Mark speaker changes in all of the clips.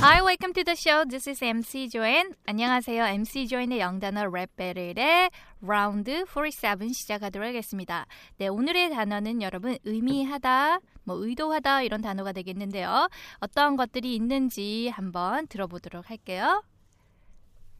Speaker 1: Hi, welcome to the show. This is MC Joanne. 안녕하세요. MC Joanne의 영단어 랩 배틀의 라운드 47 시작하도록 하겠습니다. 네, 오늘의 단어는 여러분 의미하다, 뭐 의도하다 이런 단어가 되겠는데요. 어떠한 것들이 있는지 한번 들어보도록 할게요.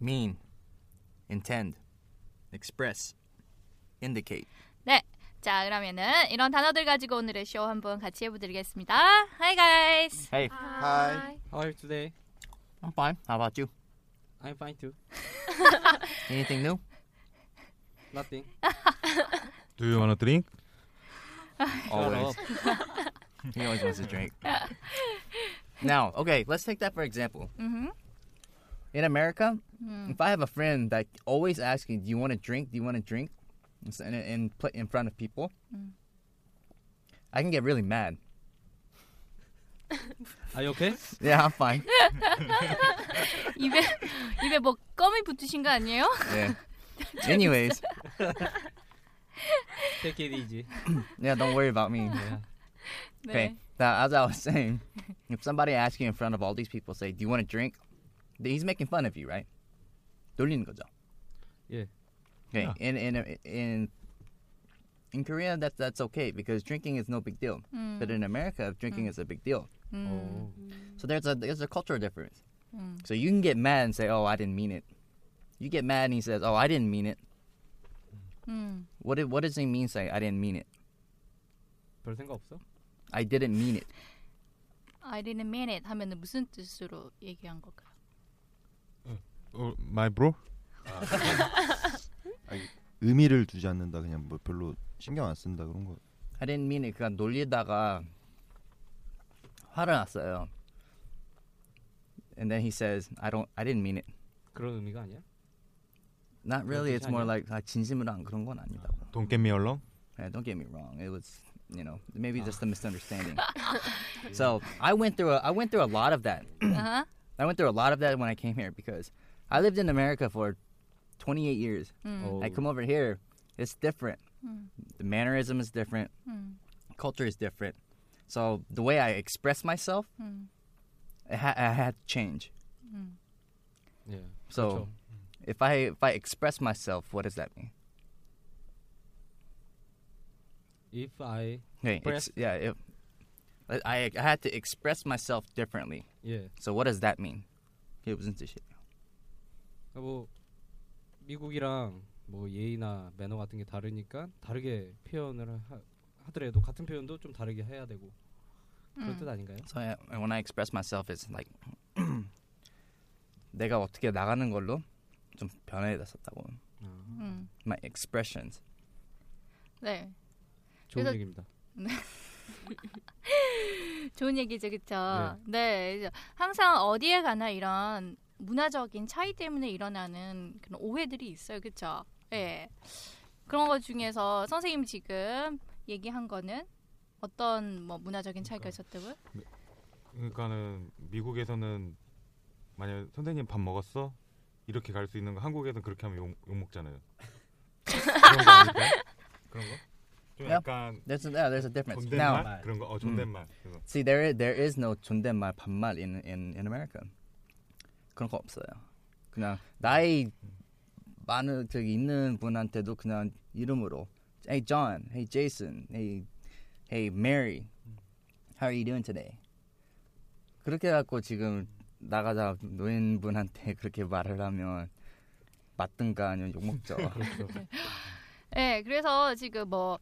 Speaker 2: mean, intend, express, indicate.
Speaker 1: 네. 자, 그러면은 이런 단어들 가지고 오늘의 쇼 한번 같이 해보드리겠습니다. Hi, guys.
Speaker 2: Hey,
Speaker 3: Hi.
Speaker 4: How are you today?
Speaker 2: I'm fine. How about you?
Speaker 4: I'm fine too.
Speaker 2: Anything new?
Speaker 4: Nothing.
Speaker 5: Do you wanna drink?
Speaker 2: Always.
Speaker 4: Shut up.
Speaker 2: He always wants a drink. now, okay, let's take that for example.
Speaker 1: 음.
Speaker 2: In America, if I have a friend that always asking, "Do you want to drink? Do you want to drink?" It's in in, pla- in front of people, I can get really mad.
Speaker 4: Are you okay?
Speaker 2: Yeah, I'm fine.
Speaker 1: 입에 입에 뭐 껌이 붙으신 거 아니에요?
Speaker 2: yeah. Anyways,
Speaker 4: Take it easy.
Speaker 2: yeah, don't worry about me. Okay. Now, as I was saying, if somebody asks you in front of all these people, say, "Do you want a drink?" Then he's making fun of you, right? 돌리는 거죠.
Speaker 4: Yeah.
Speaker 2: Okay. In in in in Korea, that's that's okay because drinking is no big deal.
Speaker 1: 음, Mm.
Speaker 2: But in America, drinking is a big deal.
Speaker 3: 어.
Speaker 4: Oh.
Speaker 2: So there's a there's a cultural difference. So you can get mad and say, "Oh, I didn't mean it." You get mad and he says, "Oh, I didn't mean it."
Speaker 1: 음.
Speaker 2: What did, what does he mean? Say, "I didn't mean it."
Speaker 4: 별 생각 없어?
Speaker 2: I didn't mean it.
Speaker 1: I didn't mean it 아, 하면은 무슨 뜻으로 얘기한 걸까요?
Speaker 5: Or my bro?
Speaker 6: 의미를 두지 않는다 그냥 뭐 별로 신경 안 쓴다 그런 거
Speaker 2: I didn't mean it. 그러니까 놀리다가 화를 났어요. And then he says, "I don't. I didn't mean it."
Speaker 4: 그런 의미가 아니야?
Speaker 2: Not
Speaker 4: 그런 뜻이
Speaker 2: really. It's more
Speaker 4: 아니야?
Speaker 2: like 아, 진심으로 안 그런 건 아니다고.
Speaker 5: Don't get me along.
Speaker 2: Yeah, don't get me wrong. It was, you know, maybe just a misunderstanding. so I went through a, I went through a lot of that.
Speaker 1: 아하.
Speaker 2: I went through a lot of that when I came here because I lived in America for 28 years.
Speaker 1: 음.
Speaker 4: 어.
Speaker 2: I
Speaker 1: 그
Speaker 2: come over here, it's different. The mannerism is different. Culture is different. So the way I express myself, it ha- I had to change.
Speaker 4: Yeah. 그렇죠.
Speaker 2: So if I if I express myself, what does that mean?
Speaker 4: If I
Speaker 2: Hey,
Speaker 4: Press-
Speaker 2: ex- yeah, it, I- I I had to express myself differently.
Speaker 4: yeah.
Speaker 2: So what does that mean? It was into shit.
Speaker 4: 그러니까 뭐 미국이랑 뭐 예의나 매너 같은 게 다르니까 다르게 표현을 하, 하더라도 같은 표현도 좀 다르게 해야 되고
Speaker 1: 음.
Speaker 4: 그런 뜻 아닌가요?
Speaker 2: So I, and when I express myself, it's like 내가 어떻게 나가는 걸로 좀 변해졌었다고.
Speaker 1: 음.
Speaker 2: My expressions.
Speaker 1: 네.
Speaker 4: 좋은
Speaker 1: 그래서-
Speaker 4: 얘기입니다.
Speaker 1: 좋은 얘기죠, 그렇죠? 네. 그래서 항상 어디에 가나 이런 문화적인 차이 때문에 일어나는 그런 오해들이 있어요, 그렇죠? 예. 그런 것 중에서 선생님 지금 얘기한 거는 어떤 뭐 문화적인 차이가 있었다고요?
Speaker 5: 그러니까는 미국에서는 만약 선생님 밥 먹었어? 이렇게 갈 수 있는 거 한국에서는 그렇게 하면 욕, 욕 먹잖아요. 그런 거 아닐까요? 그런 거? 좀
Speaker 2: Yep.
Speaker 5: 약간
Speaker 2: There's a, yeah, there's a difference.
Speaker 5: 네, 존댓말
Speaker 2: Now,
Speaker 5: 그런 거. 어 존댓말. 그래서
Speaker 2: see, there is, there is no 존댓말 반말 in in in America. 그런 거 없어요. 그냥 나이 많은 저기 있는 분한테도 그냥 이름으로 Hey John, Hey Jason, Hey Hey Mary, How are you doing today? 그렇게 해갖고 지금 나가다 노인분한테 그렇게 말을 하면 맞든가 아니면 욕 먹죠.
Speaker 4: 그렇죠.
Speaker 1: 네, 그래서 지금 뭐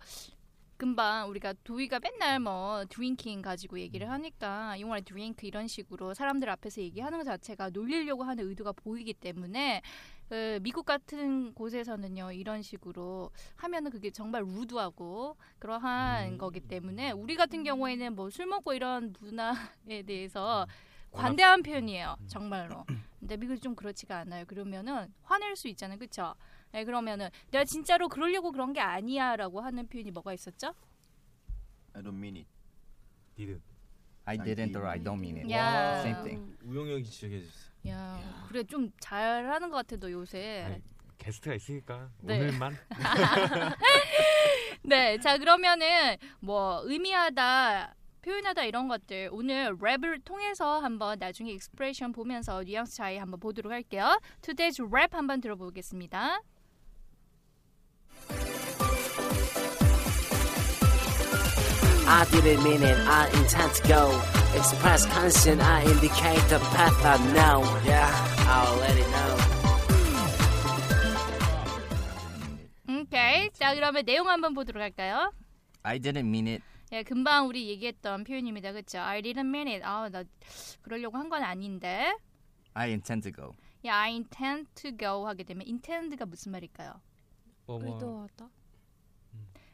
Speaker 1: 금방 우리가 도희가 맨날 뭐 드링킹 가지고 얘기를 하니까 You want a drink 이런 식으로 사람들 앞에서 얘기하는 것 자체가 놀리려고 하는 의도가 보이기 때문에 그 미국 같은 곳에서는요 이런 식으로 하면은 그게 정말 루드하고 그러한
Speaker 2: 음.
Speaker 1: 거기 때문에 우리 같은 경우에는 뭐 술 먹고 이런 문화에 대해서
Speaker 2: 음.
Speaker 1: 관대한 표현이에요 정말로 근데 미국이 좀 그렇지가 않아요 그러면은 화낼 수 있잖아요 그쵸 네, 그러면은 내가 진짜로 그러려고 그런 게 아니야라고 하는 표현이 뭐가 있었죠?
Speaker 6: I don't mean it.
Speaker 5: 니든
Speaker 2: I didn't or I don't mean it.
Speaker 1: 야.
Speaker 2: 예. Same thing.
Speaker 3: 우영이 지적해 주세요.
Speaker 1: 야, 그래 좀 잘하는 것 같아 너 요새.
Speaker 5: 아니. 게스트가 있으니까
Speaker 1: 네.
Speaker 5: 오늘만
Speaker 1: 네, 자 그러면은 뭐 의미하다. 표현하다 이런 것들 오늘 랩을 통해서 한번 나중에 익스프레션 보면서 뉘앙스 차이 한번 보도록 할게요. Today's rap 한번 들어보겠습니다.
Speaker 7: I didn't mean it, I intend to go. Express conscience, I indicate the path I know. Yeah, I'll let it know.
Speaker 1: 오케이, 자 그러면 내용 한번 보도록 할까요?
Speaker 2: I didn't mean it.
Speaker 1: 예, 금방 우리 얘기했던 표현입니다, 그렇죠? I didn't mean it. 아, 나 그러려고 한 건 아닌데.
Speaker 2: I intend to go.
Speaker 1: 야, I intend to go 하게 되면 intend가 무슨 말일까요?
Speaker 4: 뭐뭐
Speaker 8: 의도하다.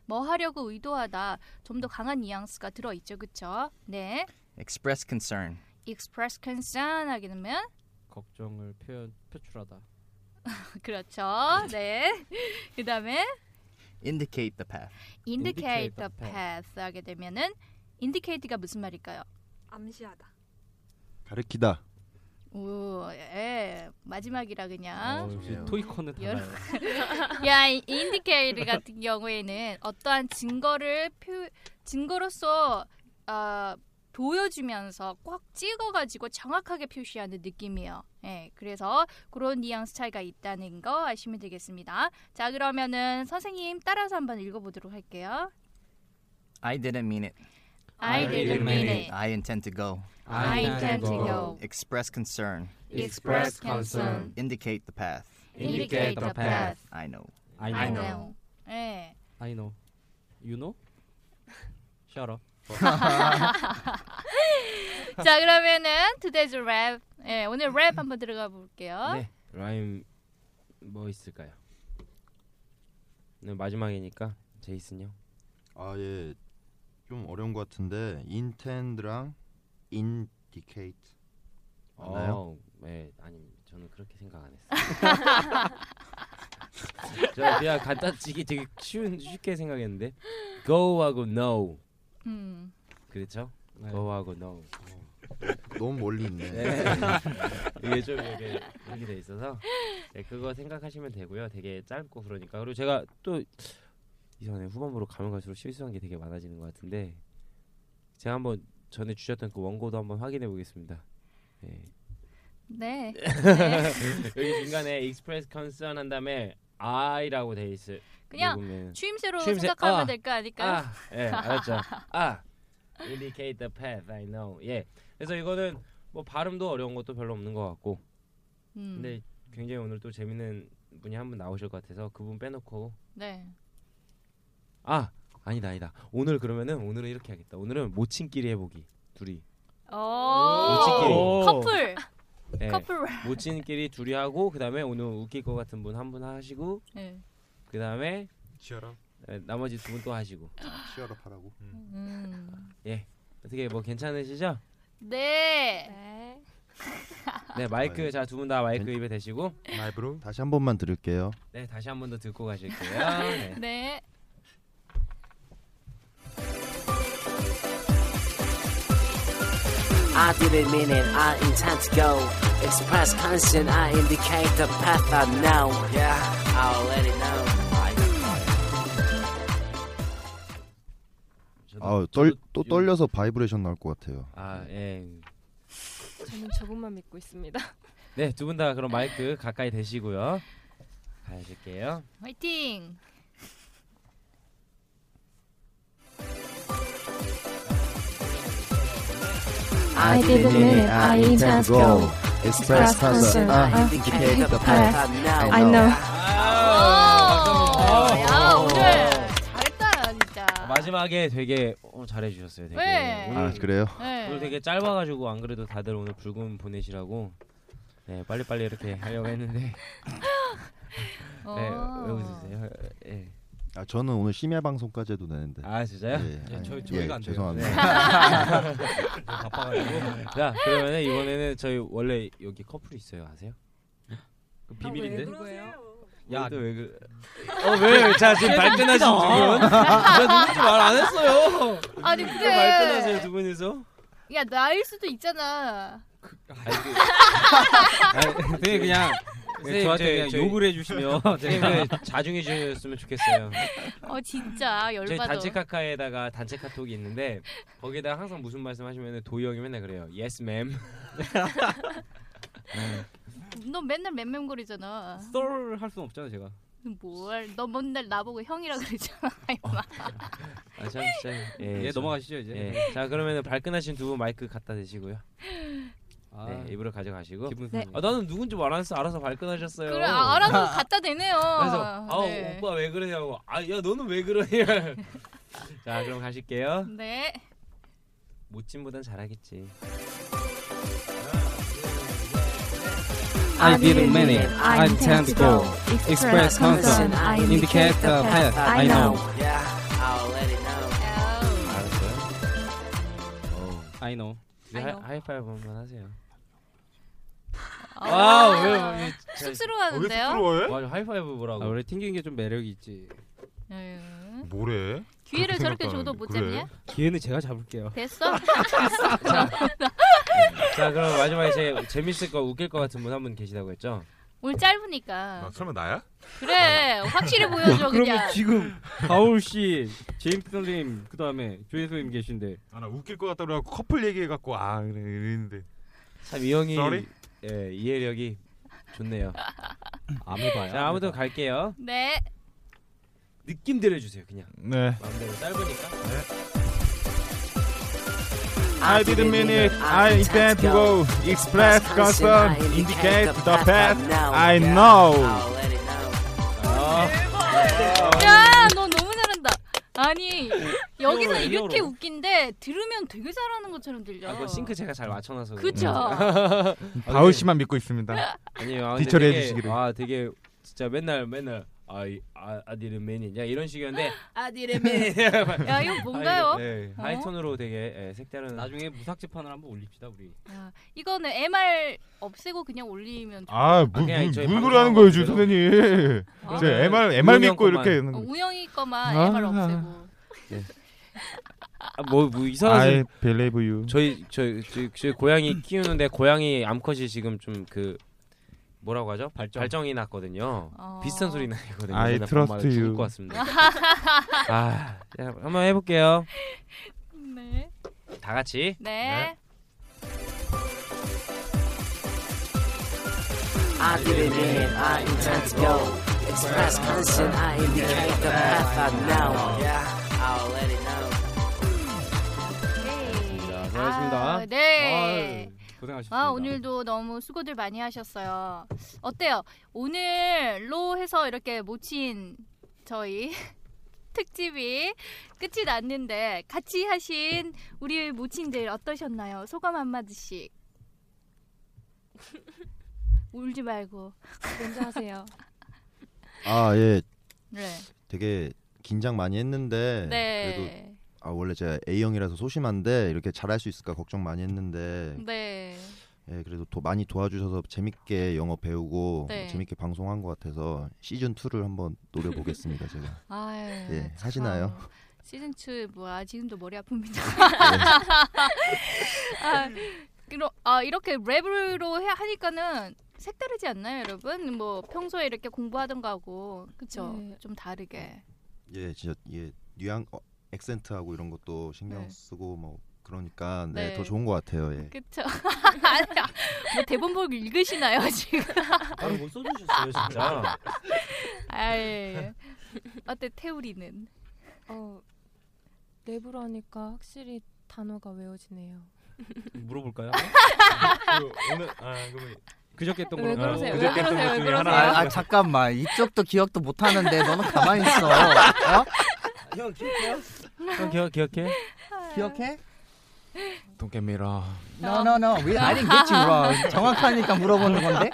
Speaker 1: 뭐 하려고 의도하다. 좀 더 강한 뉘앙스가 들어 있죠. 그쵸 네.
Speaker 2: Express concern.
Speaker 1: express concern 하게 되면
Speaker 4: 걱정을 표현 표출하다.
Speaker 1: 그렇죠. 네. 그다음에
Speaker 2: Indicate the path.
Speaker 1: indicate
Speaker 4: Indicate
Speaker 1: the
Speaker 4: the
Speaker 1: path 하게 되면은 indicate가 무슨 말일까요?
Speaker 8: 암시하다.
Speaker 6: 가르키다.
Speaker 1: 오, 예. 마지막이라 그냥.
Speaker 4: 어, 역시
Speaker 6: 그래요.
Speaker 4: 토이컨은
Speaker 1: 아? 여러-
Speaker 4: 달라요.
Speaker 1: 야, 이 인디케이터 같은 경우에는 어떠한 증거를 표, 증거로서 아, 보여주면서 꽉 찍어가지고 정확하게 표시하는 느낌이에요. 예, 그래서 그런 뉘앙스 차이가 있다는 거 아시면 되겠습니다. 자, 그러면은 선생님 따라서 한번 읽어보도록 할게요.
Speaker 2: I didn't mean it.
Speaker 1: I didn't mean
Speaker 7: 네.
Speaker 1: it.
Speaker 2: I intend to go.
Speaker 1: I intend to
Speaker 7: Oh.
Speaker 1: go.
Speaker 2: Express concern.
Speaker 1: Express concern.
Speaker 2: Indicate the path.
Speaker 1: Indicate the path.
Speaker 2: I know.
Speaker 1: I know. 예.
Speaker 4: I know. You know? Shut up.
Speaker 1: 자, 그러면은 today's rap. 예, 오늘 랩 한번 들어가 볼게요.
Speaker 3: 네. 라임 뭐 있을까요? 네, 마지막이니까 제이슨요.
Speaker 6: 아 예. 좀 어려운 것 같은데 intend랑 indicate. 맞나요?
Speaker 3: 어, 네, 아닙니다. 저는 그렇게 생각 안 했어요. 저 그냥 간단치기 되게 쉬운 쉽게 생각했는데 go하고 no
Speaker 1: 음.
Speaker 3: 그렇죠?
Speaker 4: 네.
Speaker 3: go하고 no
Speaker 6: 너무 멀리 있네.
Speaker 3: 네. 이게 좀 이렇게 이렇게 돼 있어서 네, 그거 생각하시면 되고요. 되게 짧고 그러니까 그리고 제가 또 이전에 후반부로 가면 갈수록 실수한 게 되게 많아지는 것 같은데 제가 한번 전에 주셨던 그 원고도 한번 확인해 보겠습니다. 네.
Speaker 1: 네.
Speaker 3: 여기 중간에 express concern 한 다음에 I라고 돼 있을
Speaker 1: 그냥
Speaker 3: 녹음에.
Speaker 1: 추임새로
Speaker 3: 추임새,
Speaker 1: 생각하면
Speaker 3: 네. 아,
Speaker 1: 될 거 아닐까요?
Speaker 3: 아, 예, 알았죠. 아, indicate the path I know. 예, 그래서 이거는 뭐 발음도 어려운 것도 별로 없는 것 같고,
Speaker 1: 음.
Speaker 3: 근데 굉장히 오늘 또 재밌는 분이 한 분 나오실 것 같아서 그분 빼놓고
Speaker 1: 네.
Speaker 3: 아 아니다 아니다 오늘 그러면은 오늘은 이렇게 하겠다. 오늘은 모친끼리 해보기 둘이
Speaker 1: 오.
Speaker 3: 우치끼리.
Speaker 1: 커플.
Speaker 3: 예,
Speaker 1: 커플.
Speaker 3: 모친끼리 둘이 하고 그다음에 오늘 웃길 것 같은 분 한 분 하시고
Speaker 1: 네.
Speaker 3: 그다음에
Speaker 5: 치열업
Speaker 3: 예, 나머지 두 분 또 하시고
Speaker 6: 치열업 하라고.
Speaker 1: 음.
Speaker 3: 어떻게 뭐 괜찮으시죠?
Speaker 1: 네.
Speaker 8: 네.
Speaker 3: 네 마이크
Speaker 6: 아유. 예.
Speaker 3: 자 두 분 다 마이크 입에 대시고
Speaker 5: 라이브로
Speaker 6: 다시 한 번만 들을게요.
Speaker 3: 네 다시 한 번 더 듣고 가실게요. 네.
Speaker 1: 네.
Speaker 7: I didn't mean it, I intend to go. Express conscience, I indicate the path I know. Yeah, I'll let it know.
Speaker 3: 저도- 저도
Speaker 6: 아떨또
Speaker 3: 요-
Speaker 6: 떨려서 바이브레이션 나올 것 같아요.
Speaker 3: 아 예.
Speaker 8: 저는 조금만 믿고 있습니다.
Speaker 3: 네두 분 다 그럼 마이크 가까이 대시고요. 가실게요.
Speaker 1: 화이팅.
Speaker 7: I I didn't mean it. I intend to go. Express concern. I indicate the path. I know.
Speaker 3: 어,
Speaker 1: 야 오늘 잘했다 진짜.
Speaker 3: 아, 마지막에 되게 어, 잘해주셨어요. 되게.
Speaker 1: 네.
Speaker 6: 아 그래요?
Speaker 1: 네.
Speaker 3: 오늘 되게 짧아가지고 안 그래도 다들 오늘 붉은 보내시라고 네 빨리빨리 이렇게 하려고 했는데
Speaker 1: 어.
Speaker 3: 네, 왜 웃으세요? 예.
Speaker 6: 아 저는 오늘 심야 방송까지 해도 되는데.
Speaker 3: 아 진짜요?
Speaker 6: 예,
Speaker 4: 네, 저희-
Speaker 6: 아니,
Speaker 4: 저희가 안
Speaker 5: 네.
Speaker 4: 돼요.
Speaker 6: 죄송합니다.
Speaker 4: 바빠가지고
Speaker 3: 자 그러면 이번에는 저희 원래 여기 커플이 있어요 아세요? 그 비밀인데? 야또왜 그... 어왜자 지금 발끈하신 두 분? 나 누군지 말 안 했어요.
Speaker 1: 아니
Speaker 3: 또 발끈하세요
Speaker 1: 근데
Speaker 3: 두 분이서?
Speaker 1: 야 나일 수도 있잖아.
Speaker 3: 아니, 그-
Speaker 4: 되게 그냥
Speaker 3: 네,
Speaker 4: 저한테
Speaker 3: 저희-
Speaker 4: 그냥
Speaker 3: 저희-
Speaker 4: 욕을 해주시면
Speaker 3: 선생님을 자중해 주셨으면 좋겠어요.
Speaker 1: 어 진짜
Speaker 3: 저희
Speaker 1: 열받아.
Speaker 3: 단체 카카에다가 단체 카톡이 있는데 거기에다가 항상 무슨 말씀하시면 도희 형이 맨날 그래요. Yes, ma'am.
Speaker 1: 너 맨날 맴맴거리잖아.
Speaker 4: 썰 할 수는 없잖아 제가
Speaker 1: 뭘? 너 맨날 나보고 형이라 그러잖아.
Speaker 3: 어, 아참 진짜.
Speaker 4: 예,
Speaker 3: 예, 저-
Speaker 4: 넘어가시죠 이제
Speaker 3: 예. 자 그러면 발끈하신 두 분 마이크 갖다 대시고요.
Speaker 4: 아,
Speaker 3: 네, 입으로 가져가시고.
Speaker 4: 기분
Speaker 9: 네.
Speaker 4: 상해
Speaker 3: 아 나는 누군지 말 안 했어. 알아서 발끈하셨어요.
Speaker 1: 그래 아, 알아서 갖다 대네요.
Speaker 3: 그래서 아
Speaker 1: 네.
Speaker 3: 오빠 왜 그러냐고. 아야 너는 왜 그러냐. 자 그럼 가실게요.
Speaker 1: 네.
Speaker 3: 못진보단 잘하겠지.
Speaker 7: I didn't mean it. I intend to go. Express concern. I indicate the path. I know. Yeah, I'll let it know.
Speaker 3: 알았어요. 어.
Speaker 4: I know
Speaker 3: 이제 하, 하이파이브 한번 하세요.
Speaker 1: 아,
Speaker 3: 아왜
Speaker 5: 어,
Speaker 6: 네.
Speaker 1: 쑥스러워하는데요?
Speaker 5: 쑥스러워해?
Speaker 3: 맞아 하이파이브 뭐라고?
Speaker 4: 아, 원래 튕기는 게 좀 매력이 있지
Speaker 6: 어.
Speaker 1: 에휴.
Speaker 5: 뭐래?
Speaker 1: 기회를
Speaker 5: 그렇게
Speaker 1: 네. 저렇게
Speaker 5: 생각도
Speaker 1: 줘도
Speaker 5: 안
Speaker 1: 못
Speaker 5: 하는데.
Speaker 1: 잡냐?
Speaker 4: 기회는 제가 잡을게요
Speaker 1: 됐어?
Speaker 3: 자 그럼 마지막에 제 재밌을 거 웃길 거 같은 분 한 분 계시다고 했죠?
Speaker 1: 오늘
Speaker 5: 아,
Speaker 1: 짧으니까.
Speaker 5: 설마 나야?
Speaker 1: 그래 확실히 보여줘 그냥.
Speaker 4: 그러면 지금 가올 씨, 제임스 선생님, 그 다음에 조혜수님 계신데
Speaker 5: 아 나 웃길 것 같다 그래갖고 커플 얘기해 갖고 아 그래 이랬는데
Speaker 3: 참 이 형이
Speaker 5: Sorry?
Speaker 3: 예 이해력이 좋네요.
Speaker 4: 안 해봐요.
Speaker 3: 자 아무튼 갈게요.
Speaker 1: 네.
Speaker 3: 느낌대로 해주세요 그냥
Speaker 5: 네.
Speaker 3: 마음대로 짧으니까.
Speaker 7: I didn't mean it. I intend to go. Express concern. Indicate the path. I know.
Speaker 3: Oh,
Speaker 1: 야너 너무 잘한다. 아니 여기서
Speaker 3: 히어로네,
Speaker 1: 이렇게
Speaker 3: 히어로.
Speaker 1: 웃긴데 들으면 되게 잘하는 것처럼 들려.
Speaker 3: 아 그거 싱크 제가 잘 맞춰놔서.
Speaker 1: 그죠?
Speaker 5: 바울 씨만 믿고 있습니다.
Speaker 3: 아니요. 아,
Speaker 5: 뒤처리해
Speaker 3: 되게-
Speaker 5: 주시기를.
Speaker 3: 아 되게 진짜 맨날 맨날 아이 아 아디르 맨이냐 이런 식이었는데 아디르 맨.
Speaker 1: 야 이거 뭔가요?
Speaker 3: 네,
Speaker 1: 어?
Speaker 3: 하이톤으로 되게 예, 색다른.
Speaker 4: 나중에 무삭제판을 한번 올립시다 우리.
Speaker 1: 아, 이거는 MR 없애고 그냥 올리면 좋-
Speaker 5: 아,
Speaker 3: 아,
Speaker 5: 무,
Speaker 3: 그냥
Speaker 5: 무,
Speaker 3: 저희
Speaker 5: 무슨 소리
Speaker 3: 방송하고
Speaker 5: 하는 거예요, 지금
Speaker 3: 그대로.
Speaker 5: 선생님.
Speaker 1: 아,
Speaker 5: 제
Speaker 3: 그러면
Speaker 5: 네. MR, MR 믿고
Speaker 3: 유명한
Speaker 5: 이렇게
Speaker 3: 것만.
Speaker 5: 하는
Speaker 1: 어,
Speaker 5: 거.
Speaker 1: 우영이 거만
Speaker 5: 아.
Speaker 1: MR 없애고.
Speaker 3: 아, 뭐, 뭐 이상한
Speaker 5: I believe you.
Speaker 3: 저희 저희 저희, 저희 고양이 키우는데 고양이 암컷이 지금 좀 그 뭐라고 하죠?
Speaker 4: 발정.
Speaker 3: 발정. 이 났거든요.
Speaker 1: 어.
Speaker 3: 비슷한 소리 나거든요.
Speaker 5: I
Speaker 3: 맨날
Speaker 5: trust
Speaker 3: 밤마다 죽을
Speaker 5: you.
Speaker 3: 것 같습니다. 아, 자, 한번 해볼게요.
Speaker 1: 네.
Speaker 3: 다 같이.
Speaker 1: 네.
Speaker 7: I didn't mean it. I intend to go. Express concern. I indicate the path. I know. Yeah, I'll let it know.
Speaker 1: 네.
Speaker 3: 자, 수고하셨습니다.
Speaker 1: 아, 네.
Speaker 4: 고생하셨습니다.
Speaker 1: 아 오늘도 너무 수고들 많이 하셨어요. 어때요? 오늘로 해서 이렇게 모친 저희 특집이 끝이 났는데 같이 하신 우리 모친들 어떠셨나요? 소감 한마디씩. 울지 말고.
Speaker 8: 먼저 하세요.
Speaker 6: 아 예,
Speaker 1: 네.
Speaker 6: 되게 긴장 많이 했는데 그래도
Speaker 1: 네.
Speaker 6: 아 원래 제가 A형이라서 소심한데 이렇게 잘할 수 있을까 걱정 많이 했는데
Speaker 1: 네.
Speaker 6: 예, 그래도 도, 많이 도와주셔서 재밌게 영어 배우고
Speaker 1: 네.
Speaker 6: 어, 재밌게 방송한 것 같아서 시즌 2를 한번 노려보겠습니다 제가.
Speaker 1: 아유.
Speaker 6: 예,
Speaker 1: 참.
Speaker 6: 하시나요?
Speaker 1: 시즌 2 뭐야? 지금도 머리 아픕니다.
Speaker 6: 네.
Speaker 1: 아, 그럼 아 이렇게 랩으로 해- 하니까는 색다르지 않나요, 여러분? 뭐 평소에 이렇게 공부하던 거하고 그렇죠?
Speaker 8: 네.
Speaker 1: 좀 다르게.
Speaker 6: 예, 진짜 예 뉘앙 어, 액센트하고 이런 것도 신경
Speaker 1: 네.
Speaker 6: 쓰고 뭐 그러니까 네,
Speaker 1: 네.
Speaker 6: 더 좋은 것 같아요. 예.
Speaker 1: 그렇죠. 뭐 대본 보고 읽으시나요 지금?
Speaker 3: 바로 못 써주셨어요, 진짜.
Speaker 1: 아이. 예, 어때 태우리는?
Speaker 8: 어, 랩으로 하니까 확실히 단어가 외워지네요.
Speaker 3: 물어볼까요?
Speaker 5: 그 오늘 아 그러면
Speaker 3: 그저께 했던 걸로.
Speaker 5: 왜
Speaker 10: 뭐,
Speaker 5: 그러세요? 왜 그저께 했던 그러세요? 것 중에
Speaker 2: 아,
Speaker 5: 하나.
Speaker 2: 아, 잠깐만 이쪽도 기억도 못 하는데 너는 가만히 있어. 어?
Speaker 10: 형 기억해요? 형 기억 기억해?
Speaker 2: 기억해?
Speaker 11: Don't get me wrong.
Speaker 2: No no no. We, I didn't get you wrong. 정확하니까 물어보는 건데.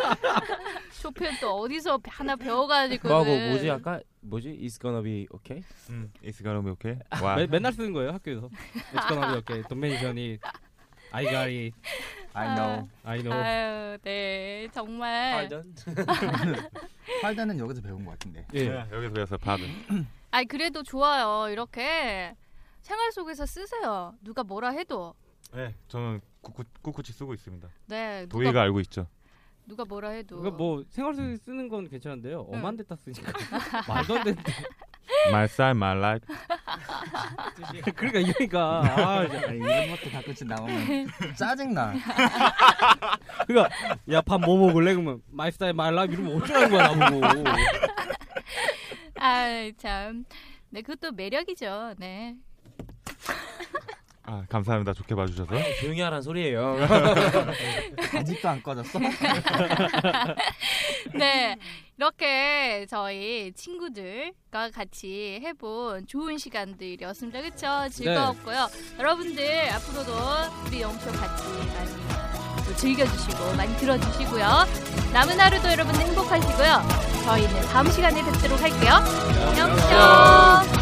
Speaker 1: 조표 또 어디서 하나 배워가지고.
Speaker 10: 그거하고 뭐지 아까 뭐지? It's gonna be okay?
Speaker 5: 음, 아, 네. It's gonna be okay.
Speaker 10: 와.
Speaker 3: 매, 맨날 쓰는 거예요 학교에서. 에스카나비 이렇게 돈메이션이 I got it.
Speaker 2: I know.
Speaker 3: I know.
Speaker 1: 아유, 네
Speaker 10: 아,
Speaker 1: 정말.
Speaker 2: 팔다는 여기서 배운 것 같은데.
Speaker 5: 예 여기서 배웠어요 밥을.
Speaker 1: 아니 그래도 좋아요. 이렇게 생활 속에서 쓰세요. 누가 뭐라 해도.
Speaker 5: 네 저는 꿋꿋, 꿋꿋이 쓰고 있습니다.
Speaker 1: 네. 누가,
Speaker 5: 도희가 알고 있죠.
Speaker 1: 누가 뭐라 해도.
Speaker 3: 그러니까 뭐 생활 속에 쓰는 건 괜찮은데요. 엄한 데다 쓰니까 말도 안 되는데.
Speaker 5: My side, my life.
Speaker 3: 그러니까 이러니까 아, 이제.
Speaker 2: 아니, 이런 것도 가끔씩 나오면 짜증나.
Speaker 3: 그러니까 야 밥 뭐 먹을래? 그러면 my style my life 이러면 어쩌라는 거야 나보고.
Speaker 1: 아 참. 네 그것도 매력이죠. 네.
Speaker 5: 아 감사합니다. 좋게 봐주셔서.
Speaker 10: 조용히 하란 소리예요.
Speaker 2: 아직도 안 꺼졌어?
Speaker 1: 네, 이렇게 저희 친구들과 같이 해본 좋은 시간들이었습니다. 그쵸? 즐거웠고요. 여러분들 앞으로도 우리 영표 같이 많이 또 즐겨주시고 많이 들어주시고요. 남은 하루도 여러분 행복하시고요. 저희는 다음 시간에 뵙도록 할게요. 영표!